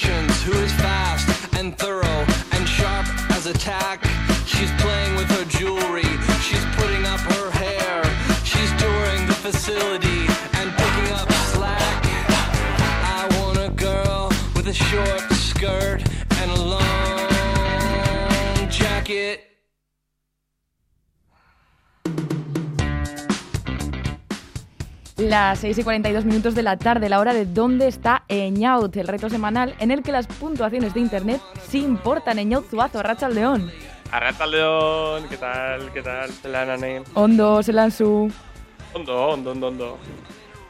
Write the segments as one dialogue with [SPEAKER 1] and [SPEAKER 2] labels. [SPEAKER 1] uh, who is fast and thorough and sharp as a tack. She's playing with her jewelry, she's putting up her hair, she's touring the facility and picking up slack. I want a girl with a short skirt and a long jacket.
[SPEAKER 2] Las 6 y 42 minutos de la tarde, la hora de dónde está Eñaut, el reto semanal en el que las puntuaciones de internet sí importan. Eñaut Zuazo, Racha León.
[SPEAKER 3] Arrata León, ¿qué tal? ¿Qué tal? Zelana Nane.
[SPEAKER 2] Ondo, Selansu.
[SPEAKER 3] Hondo, hondo, hondo, hondo.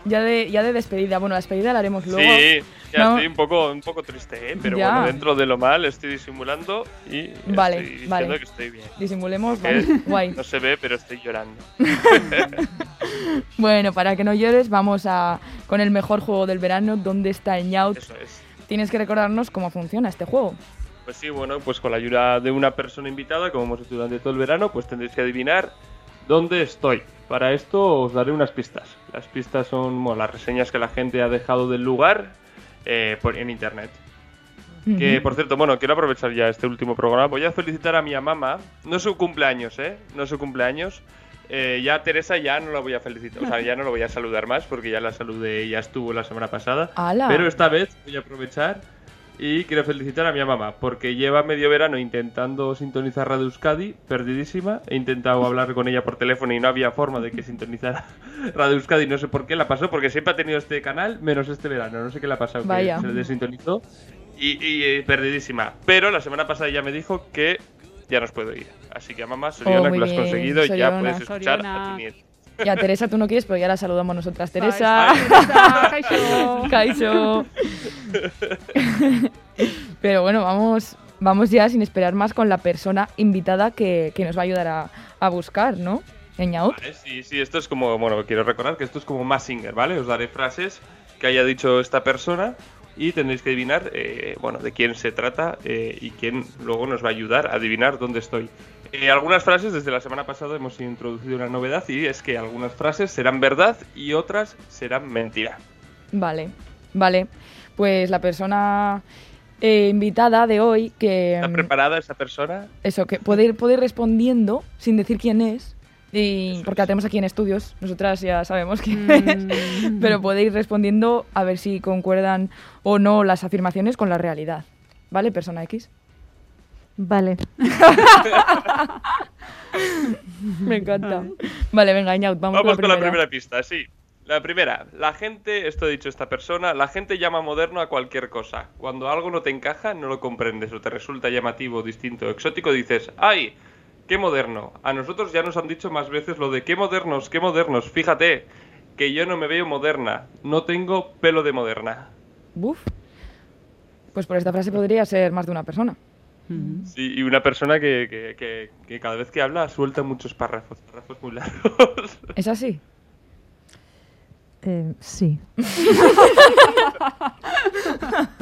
[SPEAKER 2] Ya de, ya de despedida. Bueno, la despedida la haremos luego.
[SPEAKER 3] Sí, ya
[SPEAKER 2] No.
[SPEAKER 3] estoy un poco, un poco triste, ¿eh? pero
[SPEAKER 2] Ya.
[SPEAKER 3] bueno, dentro de lo mal estoy disimulando y
[SPEAKER 2] Vale,
[SPEAKER 3] estoy diciendo
[SPEAKER 2] vale.
[SPEAKER 3] que estoy bien.
[SPEAKER 2] Disimulemos,
[SPEAKER 3] Que
[SPEAKER 2] vale, guay.
[SPEAKER 3] No se ve, pero estoy llorando.
[SPEAKER 2] Bueno, para que no llores, vamos a con el mejor juego del verano, ¿Dónde está Eñaut?
[SPEAKER 3] Eso es.
[SPEAKER 2] Tienes que recordarnos cómo funciona este juego.
[SPEAKER 3] Pues sí, bueno, pues con la ayuda de una persona invitada, como hemos hecho durante todo el verano, pues tendréis que adivinar dónde estoy. Para esto os daré unas pistas. Las pistas son bueno, las reseñas que la gente ha dejado del lugar eh, por- en internet. Que
[SPEAKER 2] Ujú.
[SPEAKER 3] por cierto, bueno, quiero aprovechar ya este último programa. Voy a felicitar a mi mamá. No es su cumpleaños, ¿eh? No es su cumpleaños. Eh, ya a Teresa ya no la voy a felicitar. O sea, ya no la voy a saludar más porque ya la saludé, ya estuvo la semana pasada.
[SPEAKER 2] ¡Hala!
[SPEAKER 3] Pero esta vez voy a aprovechar y quiero felicitar a mi mamá porque lleva medio verano intentando sintonizar Radio Euskadi, perdidísima. He intentado hablar con ella por teléfono y no había forma de que sintonizara Radio Euskadi. No sé por qué la pasó, porque siempre ha tenido este canal, menos este verano. No sé qué le ha pasado, que
[SPEAKER 2] Vaya.
[SPEAKER 3] se desintonizó. Y, y, eh, perdidísima. Pero la semana pasada ya me dijo que ya nos puedo ir. Así que, mamá, Soriona,
[SPEAKER 2] Oh, muy
[SPEAKER 3] que lo has
[SPEAKER 2] bien,
[SPEAKER 3] conseguido,
[SPEAKER 2] Soriona.
[SPEAKER 3] ya puedes escuchar a
[SPEAKER 4] Soriona.
[SPEAKER 3] tu nieto.
[SPEAKER 2] Y a Teresa tú no quieres, pero ya la saludamos nosotras. Teresa.
[SPEAKER 4] Bai, Teresa, kaixo.
[SPEAKER 2] Kaixo. Pero bueno, vamos, vamos ya sin esperar más con la persona invitada que, que nos va a ayudar a, a buscar, ¿no? Eñaut.
[SPEAKER 3] Vale, Eh, sí, sí, esto es como, bueno, quiero recordar que esto es como Massinger, ¿vale? Os daré frases que haya dicho esta persona y tendréis que adivinar, eh, bueno, de quién se trata eh, y quién luego nos va a ayudar a adivinar dónde estoy. Eh, algunas frases, desde la semana pasada hemos introducido una novedad y es que algunas frases serán verdad y otras serán mentira.
[SPEAKER 2] Vale, vale. Pues la persona eh, invitada de hoy que...
[SPEAKER 3] ¿Está
[SPEAKER 2] mm,
[SPEAKER 3] preparada esa persona?
[SPEAKER 2] Eso, que puede ir, puede ir respondiendo sin decir quién es. Y
[SPEAKER 3] Eso
[SPEAKER 2] porque la
[SPEAKER 3] es.
[SPEAKER 2] tenemos aquí en estudios, nosotras ya sabemos quién es.
[SPEAKER 4] Mm.
[SPEAKER 2] Pero puede ir respondiendo a ver si concuerdan o no las afirmaciones con la realidad. ¿Vale, persona X?
[SPEAKER 5] Vale.
[SPEAKER 2] Me encanta. Vale, venga, Iñaut, vamos,
[SPEAKER 3] Vamos
[SPEAKER 2] con la primera.
[SPEAKER 3] pista, sí. La primera, la gente, esto ha dicho esta persona, la gente llama moderno a cualquier cosa. Cuando algo no te encaja, no lo comprendes o te resulta llamativo, distinto, exótico, dices, ¡ay! ¡Qué moderno! A nosotros ya nos han dicho más veces lo de qué modernos, qué modernos, fíjate, que yo no me veo moderna, no tengo pelo de moderna.
[SPEAKER 2] Buf. Pues por esta frase podría ser más de una persona.
[SPEAKER 4] Mm.
[SPEAKER 3] Sí, y una persona que, que- que- que cada vez que habla suelta muchos párrafos, párrafos muy largos.
[SPEAKER 2] ¿Es así?
[SPEAKER 5] Eh, sí.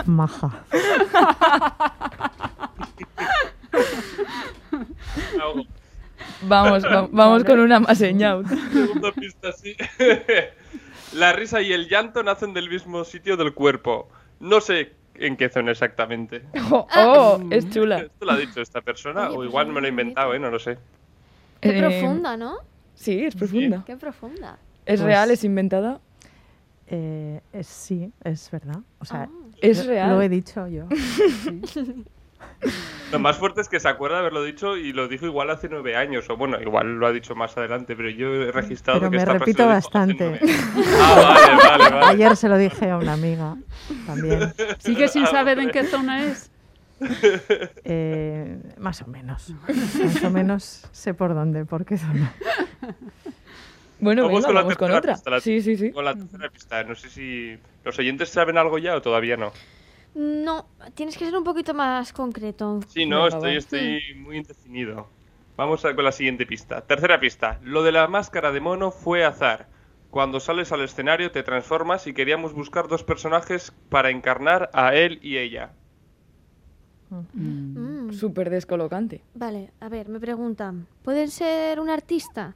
[SPEAKER 5] Maja.
[SPEAKER 3] Algo.
[SPEAKER 2] Vamos, va- vamos con una más, Iñaut.
[SPEAKER 3] Segunda pista, sí. La risa y el llanto nacen del mismo sitio del cuerpo. No sé en qué zona exactamente.
[SPEAKER 2] Oh, oh, es chula.
[SPEAKER 3] ¿Esto lo ha dicho esta persona?
[SPEAKER 6] Oye,
[SPEAKER 3] o
[SPEAKER 6] pues
[SPEAKER 3] igual
[SPEAKER 6] no
[SPEAKER 3] me lo he
[SPEAKER 6] lo he
[SPEAKER 3] inventado, ¿eh? No lo sé.
[SPEAKER 6] Qué
[SPEAKER 2] Eh,
[SPEAKER 6] profunda, ¿no?
[SPEAKER 2] Sí, es profunda.
[SPEAKER 6] Qué profunda.
[SPEAKER 2] ¿Es
[SPEAKER 5] Pues-
[SPEAKER 2] real? ¿Es inventada?
[SPEAKER 5] Eh, eh, sí, es verdad. O sea,
[SPEAKER 6] Ah.
[SPEAKER 2] ¿Es
[SPEAKER 5] lo-
[SPEAKER 2] real?
[SPEAKER 5] Lo he dicho yo.
[SPEAKER 3] Lo más fuerte es que se acuerda de haberlo dicho y lo dijo igual hace nueve años. O bueno, igual lo ha dicho más adelante, pero yo he registrado
[SPEAKER 5] Pero
[SPEAKER 3] que
[SPEAKER 5] me
[SPEAKER 3] esta
[SPEAKER 5] repito
[SPEAKER 3] persona dijo hace
[SPEAKER 5] bastante.
[SPEAKER 3] nueve años. Ah, vale, vale, vale.
[SPEAKER 5] Ayer se lo dije a una amiga también.
[SPEAKER 4] Sigue sin saber en qué zona es.
[SPEAKER 5] Eh, más o menos. Más o menos sé por dónde, por qué zona.
[SPEAKER 2] Bueno,
[SPEAKER 3] Vamos
[SPEAKER 2] venga,
[SPEAKER 3] con la
[SPEAKER 2] vamos con
[SPEAKER 3] tercera
[SPEAKER 2] otra.
[SPEAKER 3] pista, la-
[SPEAKER 2] Sí, sí, sí.
[SPEAKER 3] Con la tercera pista. No sé si los oyentes saben algo ya o todavía no.
[SPEAKER 6] No, tienes que ser un poquito más concreto.
[SPEAKER 3] Sí, no,
[SPEAKER 2] Venga,
[SPEAKER 3] estoy,
[SPEAKER 2] va.
[SPEAKER 3] estoy muy indefinido. Vamos a- con la siguiente pista. Tercera pista. Lo de la máscara de mono fue azar. Cuando sales al escenario te transformas y queríamos buscar dos personajes para encarnar a él y ella.
[SPEAKER 6] Mm,
[SPEAKER 2] Súper descolocante.
[SPEAKER 6] Vale, a ver, me preguntan. ¿Pueden ser un artista?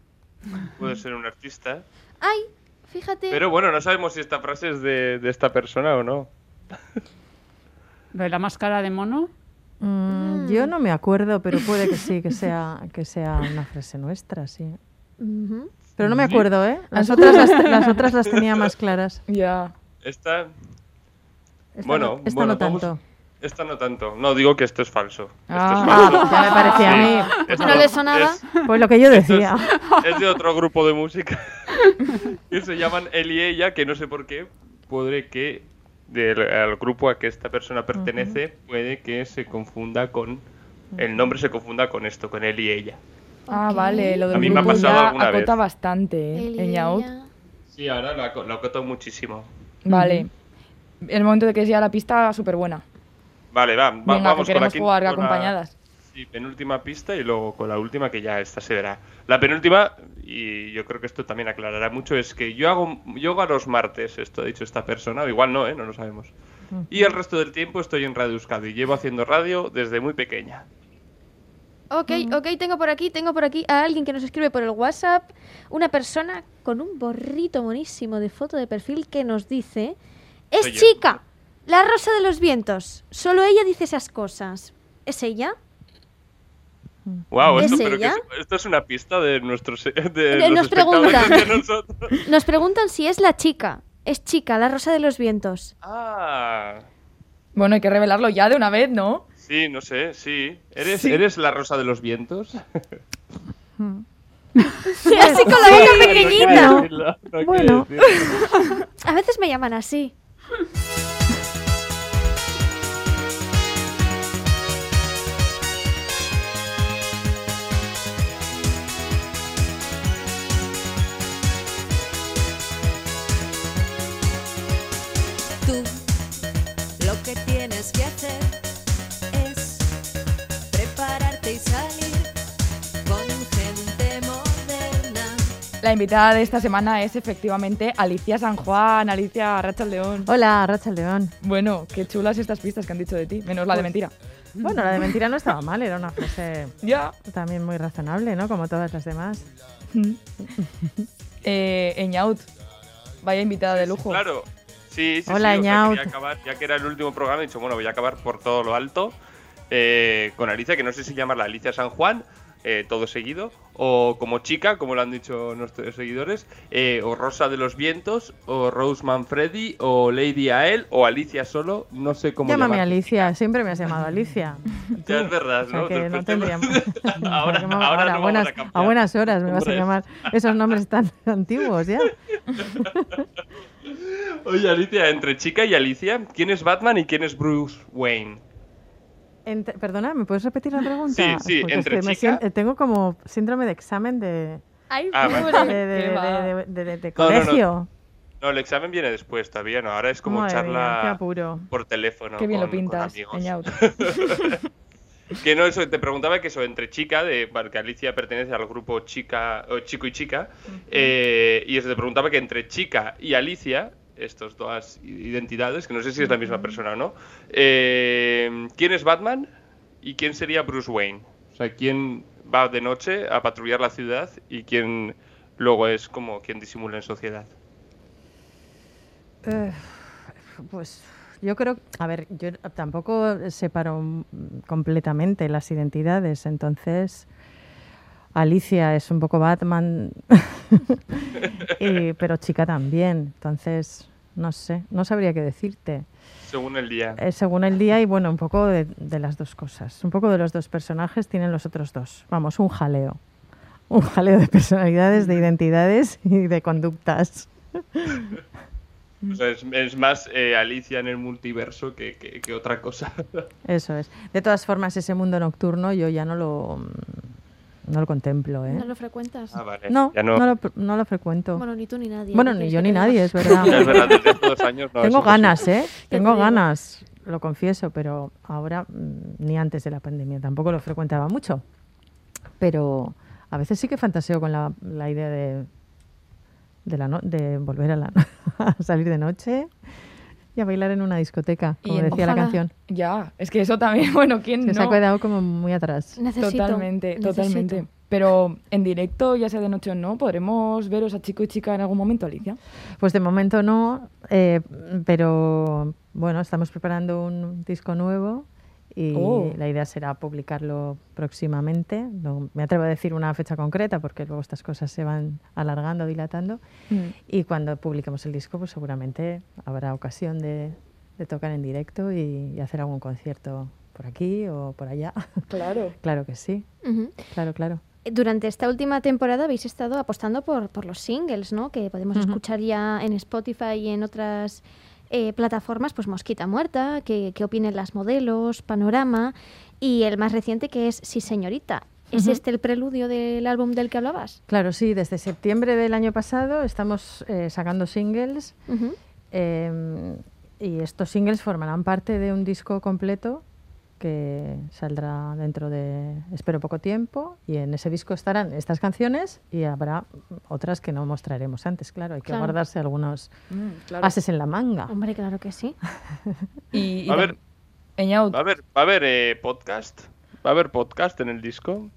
[SPEAKER 3] Puede ser un artista.
[SPEAKER 6] ¡Ay! Fíjate.
[SPEAKER 3] Pero bueno, no sabemos si esta frase es de, de esta persona o no.
[SPEAKER 4] ¿Lo de la máscara de mono?
[SPEAKER 5] Mm, Yo no me acuerdo, pero puede que sí, que sea, que sea una frase nuestra, sí.
[SPEAKER 6] Ujú.
[SPEAKER 5] Pero no me
[SPEAKER 3] Sí.
[SPEAKER 5] acuerdo, ¿eh? Las otras las, las otras las tenía más claras.
[SPEAKER 2] Ya.
[SPEAKER 3] Esta,
[SPEAKER 5] Esta
[SPEAKER 3] Bueno,
[SPEAKER 5] no, esta
[SPEAKER 3] bueno,
[SPEAKER 5] no
[SPEAKER 3] vamos-
[SPEAKER 5] tanto.
[SPEAKER 3] esta no tanto. No, digo que esto es falso. Esto
[SPEAKER 2] Ah.
[SPEAKER 5] Ah,
[SPEAKER 3] es falso.
[SPEAKER 5] ya me parecía a
[SPEAKER 3] Sí,
[SPEAKER 5] mí.
[SPEAKER 3] esto
[SPEAKER 6] ¿No le sonaba?
[SPEAKER 3] es-
[SPEAKER 5] Pues lo que yo decía.
[SPEAKER 3] Es de otro grupo de música. que se llaman él y ella, que no sé por qué. Puede que del al grupo a que esta persona pertenece, puede que se confunda con. El nombre se confunda con esto, con él y ella.
[SPEAKER 2] Ah,
[SPEAKER 6] Ok.
[SPEAKER 2] vale, lo del
[SPEAKER 3] A mí me ha
[SPEAKER 2] grupo
[SPEAKER 3] pasado
[SPEAKER 2] ya
[SPEAKER 3] alguna
[SPEAKER 2] acota
[SPEAKER 3] vez.
[SPEAKER 2] bastante,
[SPEAKER 6] Él y
[SPEAKER 2] ¿eh? En Yaut.
[SPEAKER 6] ella.
[SPEAKER 3] Sí, ahora lo, aco- lo acoto muchísimo.
[SPEAKER 2] Vale. El momento de que sea la pista, súper buena.
[SPEAKER 3] Vale, va, va-
[SPEAKER 2] Venga,
[SPEAKER 3] vamos
[SPEAKER 2] que
[SPEAKER 3] con la
[SPEAKER 2] queremos
[SPEAKER 3] quin-
[SPEAKER 2] jugar
[SPEAKER 3] con la-
[SPEAKER 2] acompañadas.
[SPEAKER 3] Sí, penúltima pista y luego con la última que ya esta se verá. La penúltima, y yo creo que esto también aclarará mucho, es que yo hago yoga los martes, esto ha dicho esta persona, o igual no, ¿eh? no lo sabemos. Y el resto del tiempo estoy en Radio Euskadi, llevo haciendo radio desde muy pequeña.
[SPEAKER 6] Ok, ok, tengo por aquí, tengo por aquí a alguien que nos escribe por el WhatsApp, una persona con un borrito monísimo de foto de perfil que nos dice, es
[SPEAKER 3] Soy yo.
[SPEAKER 6] chica, la rosa de los vientos, solo ella dice esas cosas. ¿Es ella?
[SPEAKER 3] Wow,
[SPEAKER 6] ¿Es
[SPEAKER 3] esto, pero que
[SPEAKER 6] ella?
[SPEAKER 3] es- esto es una pista de nuestros de,
[SPEAKER 6] Eh,
[SPEAKER 3] los
[SPEAKER 6] nos preguntan.
[SPEAKER 3] espectadores de nosotros.
[SPEAKER 6] Nos preguntan si es la chica, es chica, la rosa de los vientos.
[SPEAKER 3] Ah,
[SPEAKER 2] Bueno, hay que revelarlo ya de una vez, ¿no?
[SPEAKER 3] sí, no sé, sí. ¿Eres, ¿eres la rosa de los vientos?
[SPEAKER 6] Así con la boca pequeñita.
[SPEAKER 3] No quiero decirlo, no quiero
[SPEAKER 5] Bueno.
[SPEAKER 3] decirlo.
[SPEAKER 6] A veces me llaman así.
[SPEAKER 7] Tú lo que tienes que hacer es prepararte y salir con gente moderna.
[SPEAKER 2] La invitada de esta semana es efectivamente Alicia San Juan, Alicia Racha León.
[SPEAKER 5] Hola, Racha León.
[SPEAKER 2] Bueno, qué chulas estas pistas que han dicho de ti, menos la de mentira.
[SPEAKER 5] Bueno, la de mentira no estaba mal, era una frase
[SPEAKER 2] Ya.
[SPEAKER 5] también muy razonable, ¿no? Como todas las demás.
[SPEAKER 2] Eh, Eñaut, vaya invitada de lujo.
[SPEAKER 3] Claro. Sí, sí,
[SPEAKER 5] Hola,
[SPEAKER 3] sí. o sea,
[SPEAKER 5] Ñaut.
[SPEAKER 3] quería acabar, ya que era el último programa, he dicho, bueno, voy a acabar por todo lo alto eh, con Alicia, que no sé si llamarla Alicia San Juan, eh, todo seguido, o como chica, como lo han dicho nuestros seguidores, eh, o Rosa de los Vientos, o Rose Manfredi, o Lady Ael, o Alicia solo, no sé cómo
[SPEAKER 5] Llámame
[SPEAKER 3] llamarla.
[SPEAKER 5] Alicia, siempre me has llamado Alicia.
[SPEAKER 3] Ya es verdad,
[SPEAKER 5] O sea
[SPEAKER 3] ¿no?
[SPEAKER 5] que no
[SPEAKER 3] Después
[SPEAKER 5] te
[SPEAKER 3] te-
[SPEAKER 5] llamo.
[SPEAKER 3] ahora, ahora,
[SPEAKER 5] Ahora,
[SPEAKER 3] no
[SPEAKER 5] a
[SPEAKER 3] vamos
[SPEAKER 5] buenas,
[SPEAKER 3] a cambiar.
[SPEAKER 5] a buenas horas me vas a
[SPEAKER 3] Hombre.
[SPEAKER 5] llamar. Esos nombres tan antiguos ya.
[SPEAKER 3] Oye, Alicia, entre chica y Alicia, ¿quién es Batman y quién es Bruce Wayne?
[SPEAKER 5] Ent- perdona, ¿me puedes repetir la pregunta?
[SPEAKER 3] Sí, sí,
[SPEAKER 5] Porque
[SPEAKER 3] entre
[SPEAKER 5] es que me
[SPEAKER 3] chica-
[SPEAKER 5] sien- eh, tengo como síndrome de examen de,
[SPEAKER 6] Ay,
[SPEAKER 3] Ah, vale.
[SPEAKER 5] de,
[SPEAKER 6] pobre.
[SPEAKER 5] de-
[SPEAKER 2] Qué
[SPEAKER 5] de-
[SPEAKER 2] va.
[SPEAKER 5] de- de- de- de
[SPEAKER 3] No, no, no.
[SPEAKER 5] colegio.
[SPEAKER 3] No, el examen viene después todavía, no. Ahora es como
[SPEAKER 5] Madre mía, qué
[SPEAKER 3] charla
[SPEAKER 5] apuro.
[SPEAKER 3] por teléfono.
[SPEAKER 2] qué bien lo
[SPEAKER 3] con- con
[SPEAKER 2] pintas,
[SPEAKER 3] amigos.
[SPEAKER 2] Eñaut.
[SPEAKER 3] Que no, eso te preguntaba que eso entre chica, de porque Alicia pertenece al grupo chica o chico y chica, eh, y eso te preguntaba que entre chica y Alicia, estas dos identidades, que no sé si es la misma persona o no, eh, ¿quién es Batman y quién sería Bruce Wayne? O sea, ¿quién va de noche a patrullar la ciudad y quién luego es como quien disimula en sociedad?
[SPEAKER 5] Eh, pues yo creo, a ver, yo tampoco separo mm, completamente las identidades, entonces Alicia es un poco Batman, y- pero chica también, entonces no sé, no sabría qué decirte.
[SPEAKER 3] Según el día.
[SPEAKER 5] Eh, según el día y bueno, un poco de, de las dos cosas, un poco de los dos personajes tienen los otros dos, vamos, un jaleo. Un jaleo de personalidades, de identidades y de conductas.
[SPEAKER 3] O sea, es, es más eh, Alicia en el multiverso que, que- que otra cosa.
[SPEAKER 5] Eso es. De todas formas, ese mundo nocturno yo ya no lo, mm, no lo contemplo, ¿eh?
[SPEAKER 6] No lo frecuentas.
[SPEAKER 3] Ah, vale.
[SPEAKER 5] No,
[SPEAKER 3] Ya
[SPEAKER 5] no, lo, pr- no lo frecuento. Bueno,
[SPEAKER 6] Bueno, ni tú ni nadie. ¿qué
[SPEAKER 5] ni
[SPEAKER 6] quieres
[SPEAKER 5] yo
[SPEAKER 6] que
[SPEAKER 5] ni
[SPEAKER 6] te diga?
[SPEAKER 5] nadie, es
[SPEAKER 3] Ya es
[SPEAKER 5] verdad.
[SPEAKER 3] verdad, desde hace dos años no, es
[SPEAKER 5] Tengo
[SPEAKER 3] imposible.
[SPEAKER 5] ganas, ¿eh? Tengo
[SPEAKER 6] digo.
[SPEAKER 5] ganas, lo confieso, pero ahora mm, ni antes de la pandemia tampoco lo frecuentaba mucho. Pero a veces sí que fantaseo con la, la idea de, de, la no- de volver a, la, a salir de noche y a bailar en una discoteca,
[SPEAKER 2] Y
[SPEAKER 5] como
[SPEAKER 2] en-
[SPEAKER 5] decía la
[SPEAKER 6] Ojalá.
[SPEAKER 5] canción.
[SPEAKER 2] Ya, es que eso también, bueno, ¿quién
[SPEAKER 5] Que
[SPEAKER 2] no?
[SPEAKER 5] se ha quedado como muy atrás.
[SPEAKER 6] Necesito.
[SPEAKER 2] Totalmente,
[SPEAKER 6] necesito.
[SPEAKER 2] totalmente. Pero en directo, ya sea de noche o no, ¿podremos veros a chico y chica en algún momento, Alicia?
[SPEAKER 5] Pues de momento no, eh, pero Bueno, estamos preparando un disco nuevo y
[SPEAKER 2] Oh.
[SPEAKER 5] la idea será publicarlo próximamente. No me atrevo a decir una fecha concreta porque luego estas cosas se van alargando, dilatando.
[SPEAKER 2] Mm.
[SPEAKER 5] Y cuando publiquemos el disco, pues seguramente habrá ocasión de, de tocar en directo y, y hacer algún concierto por aquí o por allá.
[SPEAKER 2] Claro.
[SPEAKER 5] claro que sí,
[SPEAKER 6] Ujú. Eh,
[SPEAKER 5] claro, claro.
[SPEAKER 6] Durante esta última temporada habéis estado apostando por, por los singles, ¿no? Que podemos escuchar ya en Spotify y en otras eh, plataformas, pues Mosquita Muerta, que, que opinen las modelos, Panorama, y el más reciente que es Sí Señorita. ¿Es este el preludio del álbum del que hablabas?
[SPEAKER 5] Claro, sí, desde septiembre del año pasado estamos eh, sacando singles
[SPEAKER 6] Ujú.
[SPEAKER 5] eh, y estos singles formarán parte de un disco completo que saldrá dentro de, espero, poco tiempo. Y en ese disco estarán estas canciones y habrá otras que no mostraremos antes, claro. Hay que
[SPEAKER 6] Claro.
[SPEAKER 5] guardarse algunos
[SPEAKER 2] Mm, claro.
[SPEAKER 5] ases en la manga.
[SPEAKER 3] Ah.
[SPEAKER 6] Hombre, claro que sí.
[SPEAKER 2] Y, y
[SPEAKER 3] A
[SPEAKER 2] tam-
[SPEAKER 3] ver.
[SPEAKER 2] Eñaut,
[SPEAKER 3] Va a haber, va a haber eh, podcast. Va a haber podcast en el disco.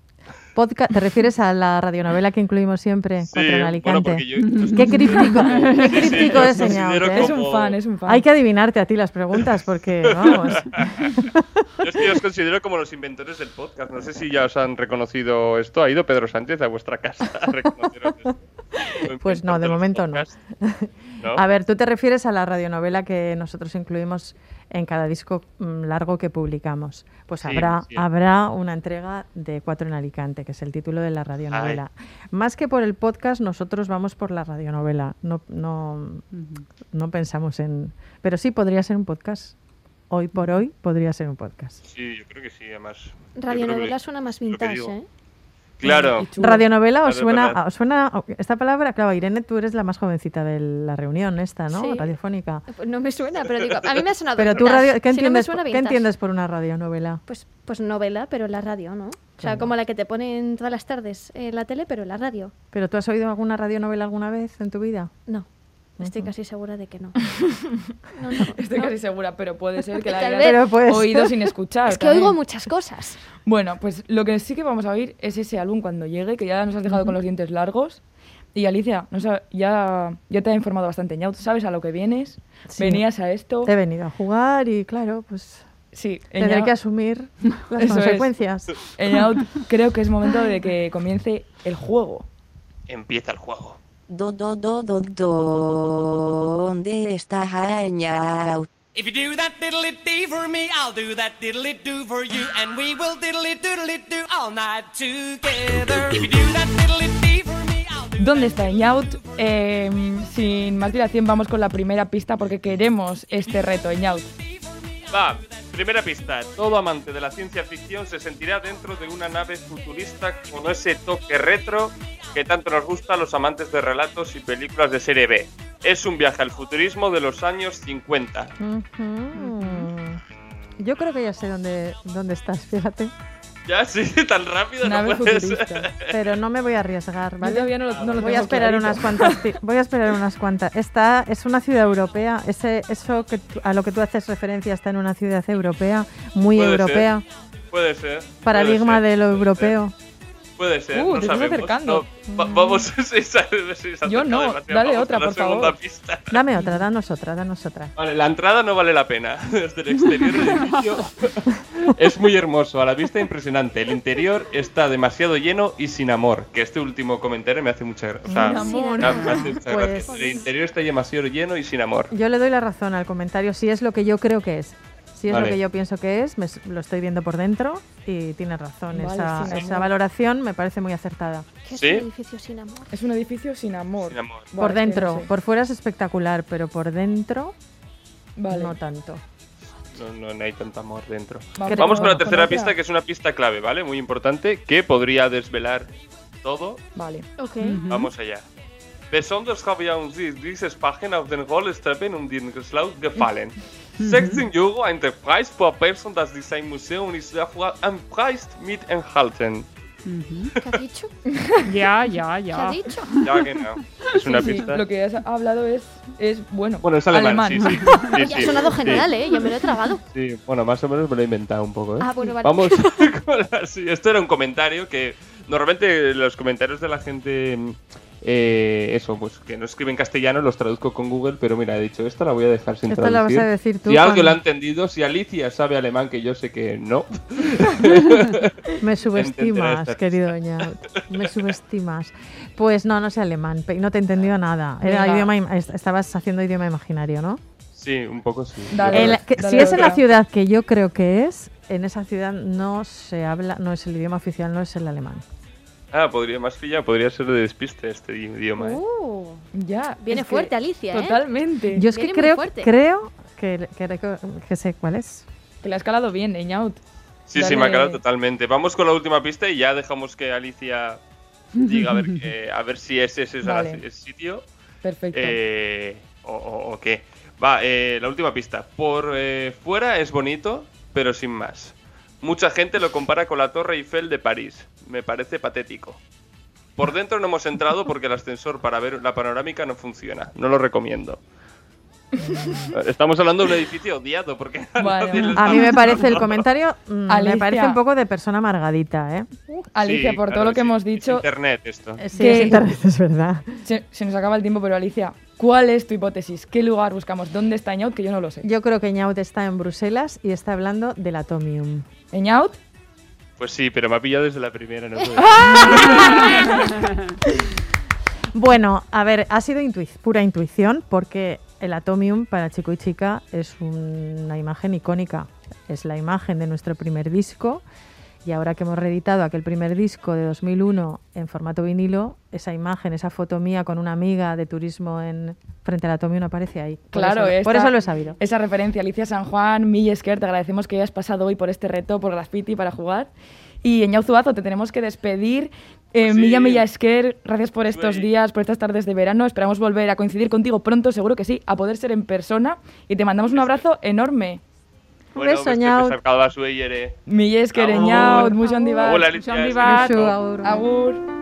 [SPEAKER 5] Podca- ¿Te refieres a la radionovela que incluimos siempre? Cuatro en
[SPEAKER 3] bueno,
[SPEAKER 5] Alicante. Mm,
[SPEAKER 3] porque yo. entonces-
[SPEAKER 5] Qué críptico, qué
[SPEAKER 3] Sí, sí,
[SPEAKER 5] críptico
[SPEAKER 3] yo
[SPEAKER 5] de señal.
[SPEAKER 3] considero
[SPEAKER 5] ¿eh?
[SPEAKER 2] es
[SPEAKER 3] como-
[SPEAKER 2] un fan, es un fan.
[SPEAKER 5] Hay que adivinarte a ti las preguntas porque, vamos,
[SPEAKER 3] Yo es que os considero como los inventores del podcast. No sé si ya os han reconocido esto. ¿Ha ido Pedro Sánchez a vuestra casa a reconoceros esto? Como
[SPEAKER 5] Pues no, de
[SPEAKER 3] inventor los
[SPEAKER 5] momento no.
[SPEAKER 3] podcasts. ¿No?
[SPEAKER 5] A ver, tú te refieres a la radionovela que nosotros incluimos en cada disco mm, largo que publicamos. Pues
[SPEAKER 3] Sí,
[SPEAKER 5] habrá,
[SPEAKER 3] sí.
[SPEAKER 5] habrá una entrega de Cuatro en Alicante, que es el título de la radionovela. Más que por el podcast, nosotros vamos por la radionovela. No, no, no pensamos en... Pero sí, podría ser un podcast. Hoy por hoy podría ser un podcast.
[SPEAKER 3] Sí, yo creo que sí, además. Yo creo
[SPEAKER 6] Radionovela
[SPEAKER 3] que-
[SPEAKER 6] suena más
[SPEAKER 3] lo que
[SPEAKER 6] vintage,
[SPEAKER 3] digo.
[SPEAKER 6] ¿eh?
[SPEAKER 3] Claro.
[SPEAKER 2] Y chulo.
[SPEAKER 5] Radionovela,
[SPEAKER 3] Claro,
[SPEAKER 5] ¿os
[SPEAKER 3] es
[SPEAKER 5] suena,
[SPEAKER 3] verdad.
[SPEAKER 5] os suena esta palabra? Claro, Irene, tú eres la más jovencita de la reunión esta, ¿no?
[SPEAKER 6] Sí.
[SPEAKER 5] Radiofónica.
[SPEAKER 6] Pues no me suena, pero digo, a mí me ha sonado
[SPEAKER 5] Pero tú,
[SPEAKER 6] vintage.
[SPEAKER 5] radio, ¿qué,
[SPEAKER 6] Si no me
[SPEAKER 5] entiendes,
[SPEAKER 6] suena
[SPEAKER 5] ¿qué
[SPEAKER 6] vintage.
[SPEAKER 5] entiendes por una radionovela?
[SPEAKER 6] Pues, pues novela, pero en la radio, ¿no? O sea,
[SPEAKER 5] Claro.
[SPEAKER 6] como la que te ponen todas las tardes en la tele, pero en la radio.
[SPEAKER 5] ¿Pero tú has oído alguna radionovela alguna vez en tu vida?
[SPEAKER 6] No. Estoy
[SPEAKER 5] Ujú.
[SPEAKER 6] casi segura de que no. No, no,
[SPEAKER 2] Estoy
[SPEAKER 6] no.
[SPEAKER 2] casi segura, pero puede ser que la
[SPEAKER 6] Tal
[SPEAKER 2] hayas
[SPEAKER 5] vez. Pero puede
[SPEAKER 2] oído
[SPEAKER 5] ser.
[SPEAKER 2] sin escuchar.
[SPEAKER 6] Es que
[SPEAKER 2] también.
[SPEAKER 6] oigo muchas cosas.
[SPEAKER 2] Bueno, pues lo que sí que vamos a oír es ese álbum cuando llegue, que ya nos has dejado con los dientes largos. Y Alicia, no sab- ya, ya te ha informado bastante, ya sabes a lo que vienes,
[SPEAKER 5] Sí.
[SPEAKER 2] venías a esto.
[SPEAKER 5] He venido a jugar y claro, pues
[SPEAKER 2] Sí,
[SPEAKER 5] tendré
[SPEAKER 2] Eñaut-
[SPEAKER 5] que asumir las
[SPEAKER 2] Eso es.
[SPEAKER 5] consecuencias.
[SPEAKER 2] Eñaut, creo que es momento de que comience el juego.
[SPEAKER 3] Empieza el juego.
[SPEAKER 7] Do, do, do, do, ¿Dónde está Hangout?
[SPEAKER 1] If you do that diddle it dee for me, I'll do that diddle it do for you, and we will diddle it doodle it do all night together. If you do that diddle it dee for me, I'll do
[SPEAKER 2] ¿Dónde está Eñaut? Eh, sin más dilación, vamos con la primera pista porque queremos este reto, Eñaut.
[SPEAKER 3] Va, primera pista. Todo amante de la ciencia ficción se sentirá dentro de una nave futurista con ese toque retro que tanto nos gusta a los amantes de relatos y películas de serie B. Es un viaje al futurismo de los años 50.
[SPEAKER 5] Ujú. Yo creo que ya sé dónde, dónde estás, fíjate.
[SPEAKER 3] Ya, sí, tan rápido
[SPEAKER 2] Nave
[SPEAKER 3] no puedes.
[SPEAKER 2] futurista.
[SPEAKER 5] Pero no me voy a arriesgar,
[SPEAKER 2] Yo
[SPEAKER 5] ¿vale?
[SPEAKER 2] todavía no lo, no lo
[SPEAKER 5] Voy a
[SPEAKER 2] tengo
[SPEAKER 5] esperar
[SPEAKER 2] clarito.
[SPEAKER 5] unas cuantas. pi- Voy a esperar unas cuantas. Esta es una ciudad europea. Ese, eso que, tú- a lo que tú haces referencia está en una ciudad europea, muy
[SPEAKER 3] Puede ser.
[SPEAKER 5] europea.
[SPEAKER 3] Puede ser.
[SPEAKER 5] Paradigma
[SPEAKER 3] puede ser,
[SPEAKER 5] de lo
[SPEAKER 3] puede ser,
[SPEAKER 5] europeo.
[SPEAKER 3] Puede ser.
[SPEAKER 2] Uh,
[SPEAKER 3] no
[SPEAKER 2] te estás
[SPEAKER 3] sabemos,
[SPEAKER 2] acercando.
[SPEAKER 3] no, va- vamos, sí, se- se- se acerca
[SPEAKER 2] Yo no,
[SPEAKER 3] demasiado.
[SPEAKER 2] dale
[SPEAKER 3] Vamos a
[SPEAKER 2] otra,
[SPEAKER 3] la
[SPEAKER 2] por favor.
[SPEAKER 3] segunda pista.
[SPEAKER 5] Dame otra, danos otra, danos otra.
[SPEAKER 3] Vale, la entrada no vale la pena. Desde el exterior del edificio es muy hermoso, a la vista impresionante. El interior está demasiado lleno y sin amor. Que este último comentario me hace mucha gracia. O sea,
[SPEAKER 2] Sin amor.
[SPEAKER 3] me hace mucha
[SPEAKER 5] Pues-
[SPEAKER 3] gracia. El interior está demasiado lleno y sin amor.
[SPEAKER 5] Yo le doy la razón al comentario, si es lo que yo creo que es. Si es
[SPEAKER 3] Vale.
[SPEAKER 5] lo que yo pienso que es, me s- lo estoy viendo por dentro y tienes razón.
[SPEAKER 2] Vale,
[SPEAKER 5] esa,
[SPEAKER 2] sin
[SPEAKER 5] esa
[SPEAKER 2] amor.
[SPEAKER 5] valoración me parece muy acertada.
[SPEAKER 6] Que es
[SPEAKER 3] ¿Sí?
[SPEAKER 6] un edificio sin amor.
[SPEAKER 2] Es un edificio sin amor.
[SPEAKER 3] Sin amor.
[SPEAKER 2] Buah,
[SPEAKER 5] por
[SPEAKER 2] es que no
[SPEAKER 5] dentro,
[SPEAKER 2] sé.
[SPEAKER 5] por fuera es espectacular, pero por dentro
[SPEAKER 2] Vale.
[SPEAKER 5] no tanto.
[SPEAKER 3] No, no, no hay tanto amor dentro.
[SPEAKER 2] Vamos,
[SPEAKER 3] Vamos con la
[SPEAKER 5] Con
[SPEAKER 3] tercera
[SPEAKER 5] otra.
[SPEAKER 3] pista, que es una pista clave, ¿vale? Muy importante, que podría desvelar todo
[SPEAKER 2] Vale.
[SPEAKER 6] Ok.
[SPEAKER 3] Vamos allá. Besonders habe ich an Sie- diese Sprachen auf den Rollstreppen um den Geschlaut gefallen. 16 Euro ein der Preis pro Person, das Designmuseum ist dafür am Preis mit enthalten.
[SPEAKER 6] ¿Qué has dicho?
[SPEAKER 4] Ya, ya,
[SPEAKER 6] ¿Qué has
[SPEAKER 4] ya.
[SPEAKER 6] dicho?
[SPEAKER 3] Ya, genau. Es una
[SPEAKER 2] Sí, sí,
[SPEAKER 3] pista.
[SPEAKER 2] Lo que has hablado es, es bueno.
[SPEAKER 3] Bueno, es alemán, sí, sí. Sí,
[SPEAKER 6] Oye, ha
[SPEAKER 3] sí,
[SPEAKER 6] sonado
[SPEAKER 3] sí,
[SPEAKER 6] genial, ¿eh? Yo me lo he tragado.
[SPEAKER 3] sí. Bueno, más o menos me lo he inventado un poco, ¿eh?
[SPEAKER 6] Ah, bueno, vale.
[SPEAKER 3] Vamos con la- sí, Esto era un comentario que normalmente los comentarios de la gente mm, Eh, eso, pues que no escribe en castellano, los traduzco con Google, pero mira, he dicho, esta la voy a dejar sin
[SPEAKER 5] Esta la
[SPEAKER 3] traducir.
[SPEAKER 5] vas a decir tú
[SPEAKER 3] si alguien
[SPEAKER 5] cuando-
[SPEAKER 3] la ha entendido, si Alicia sabe alemán, que yo sé que no,
[SPEAKER 5] Me
[SPEAKER 3] Entenderá
[SPEAKER 5] subestimas,
[SPEAKER 3] esta
[SPEAKER 5] querido Ñaut. Me subestimas. Pues no, no sé alemán. pe- No te he entendido nada. Era
[SPEAKER 2] Venga.
[SPEAKER 5] idioma, im- est- estabas haciendo idioma imaginario, ¿no?
[SPEAKER 3] sí, un poco sí.
[SPEAKER 2] Dale.
[SPEAKER 5] El-
[SPEAKER 2] Claro.
[SPEAKER 5] que-
[SPEAKER 2] Dale
[SPEAKER 5] si es en la
[SPEAKER 2] otra.
[SPEAKER 5] ciudad que yo creo que es, en esa ciudad no se habla, no es el idioma oficial, no es el alemán.
[SPEAKER 3] Ah, podría más filla, podría ser de despiste este idioma.
[SPEAKER 5] Pues,
[SPEAKER 3] ¿eh?
[SPEAKER 6] Uh,
[SPEAKER 2] Ya.
[SPEAKER 6] viene
[SPEAKER 2] es que-
[SPEAKER 6] fuerte Alicia, ¿eh?
[SPEAKER 2] Totalmente.
[SPEAKER 5] Yo es que
[SPEAKER 6] Viene muy
[SPEAKER 5] creo,
[SPEAKER 6] fuerte.
[SPEAKER 5] creo que, que- que sé cuál es.
[SPEAKER 2] Que la ha escalado bien, eh, Eñaut.
[SPEAKER 3] Sí, sí,
[SPEAKER 2] Dale.
[SPEAKER 3] me ha quedado totalmente. Vamos con la última pista y ya dejamos que Alicia diga a ver, eh, a ver si ese es
[SPEAKER 2] Vale.
[SPEAKER 3] el sitio
[SPEAKER 2] Perfecto.
[SPEAKER 3] eh, o, o- o qué. Va, eh, la última pista. Por eh, fuera es bonito, pero sin más. Mucha gente lo compara con la Torre Eiffel de París. Me parece patético. Por dentro no hemos entrado porque el ascensor para ver la panorámica no funciona. No lo recomiendo. Estamos hablando de un edificio odiado porque a
[SPEAKER 2] Vale,
[SPEAKER 3] nadie le
[SPEAKER 2] vale.
[SPEAKER 5] A mí
[SPEAKER 3] está
[SPEAKER 5] me parece el comentario, mm, me
[SPEAKER 2] Alicia.
[SPEAKER 5] parece un poco de persona amargadita, ¿eh?
[SPEAKER 2] uh, Alicia,
[SPEAKER 3] Sí,
[SPEAKER 2] por todo
[SPEAKER 3] claro,
[SPEAKER 2] lo que
[SPEAKER 3] sí.
[SPEAKER 2] hemos
[SPEAKER 3] Es
[SPEAKER 2] dicho,
[SPEAKER 3] Internet esto.
[SPEAKER 5] Sí,
[SPEAKER 2] Que-
[SPEAKER 5] es internet, es verdad.
[SPEAKER 2] se, se nos acaba el tiempo, pero Alicia, ¿cuál es tu hipótesis? ¿Qué lugar buscamos? ¿Dónde está Eñaut? Que yo no lo sé.
[SPEAKER 5] Yo creo que Ñaut está en Bruselas y está hablando del Atomium.
[SPEAKER 2] ¿Eñaut?
[SPEAKER 3] Pues sí, pero me ha pillado desde la primera. No puedo.
[SPEAKER 5] Bueno, a ver, ha sido intui- pura intuición porque el Atomium para chico y chica es una imagen icónica. Es la imagen de nuestro primer disco y ahora que hemos reeditado aquel primer disco de 2001 en formato vinilo, esa imagen, esa foto mía con una amiga de turismo en frente al Atomium aparece ahí. Por
[SPEAKER 2] Claro,
[SPEAKER 5] eso,
[SPEAKER 2] esta-
[SPEAKER 5] por eso lo he sabido.
[SPEAKER 2] Esa referencia, Alicia San Juan, Millesker, te agradecemos que hayas pasado hoy por este reto, por Graffiti, para jugar. Y Eñaut Zuazo, te tenemos que despedir. Eh,
[SPEAKER 3] Pues sí.
[SPEAKER 2] Milla Milla Esker, gracias por estos
[SPEAKER 3] Sí.
[SPEAKER 2] días, por estas tardes de verano. Esperamos volver a coincidir contigo pronto, seguro que sí, a poder ser en persona. Y te mandamos un abrazo enorme.
[SPEAKER 5] beso,
[SPEAKER 3] beste
[SPEAKER 5] Ñaut.
[SPEAKER 3] besarkada zuei ere.
[SPEAKER 2] Milla Esker,
[SPEAKER 3] Agur.
[SPEAKER 2] Eñaut, mucho
[SPEAKER 4] Agur.
[SPEAKER 2] andibar.
[SPEAKER 3] eh. Hola, Alicia.
[SPEAKER 4] Otxondi bat.
[SPEAKER 5] Musu, agur.
[SPEAKER 2] Agur.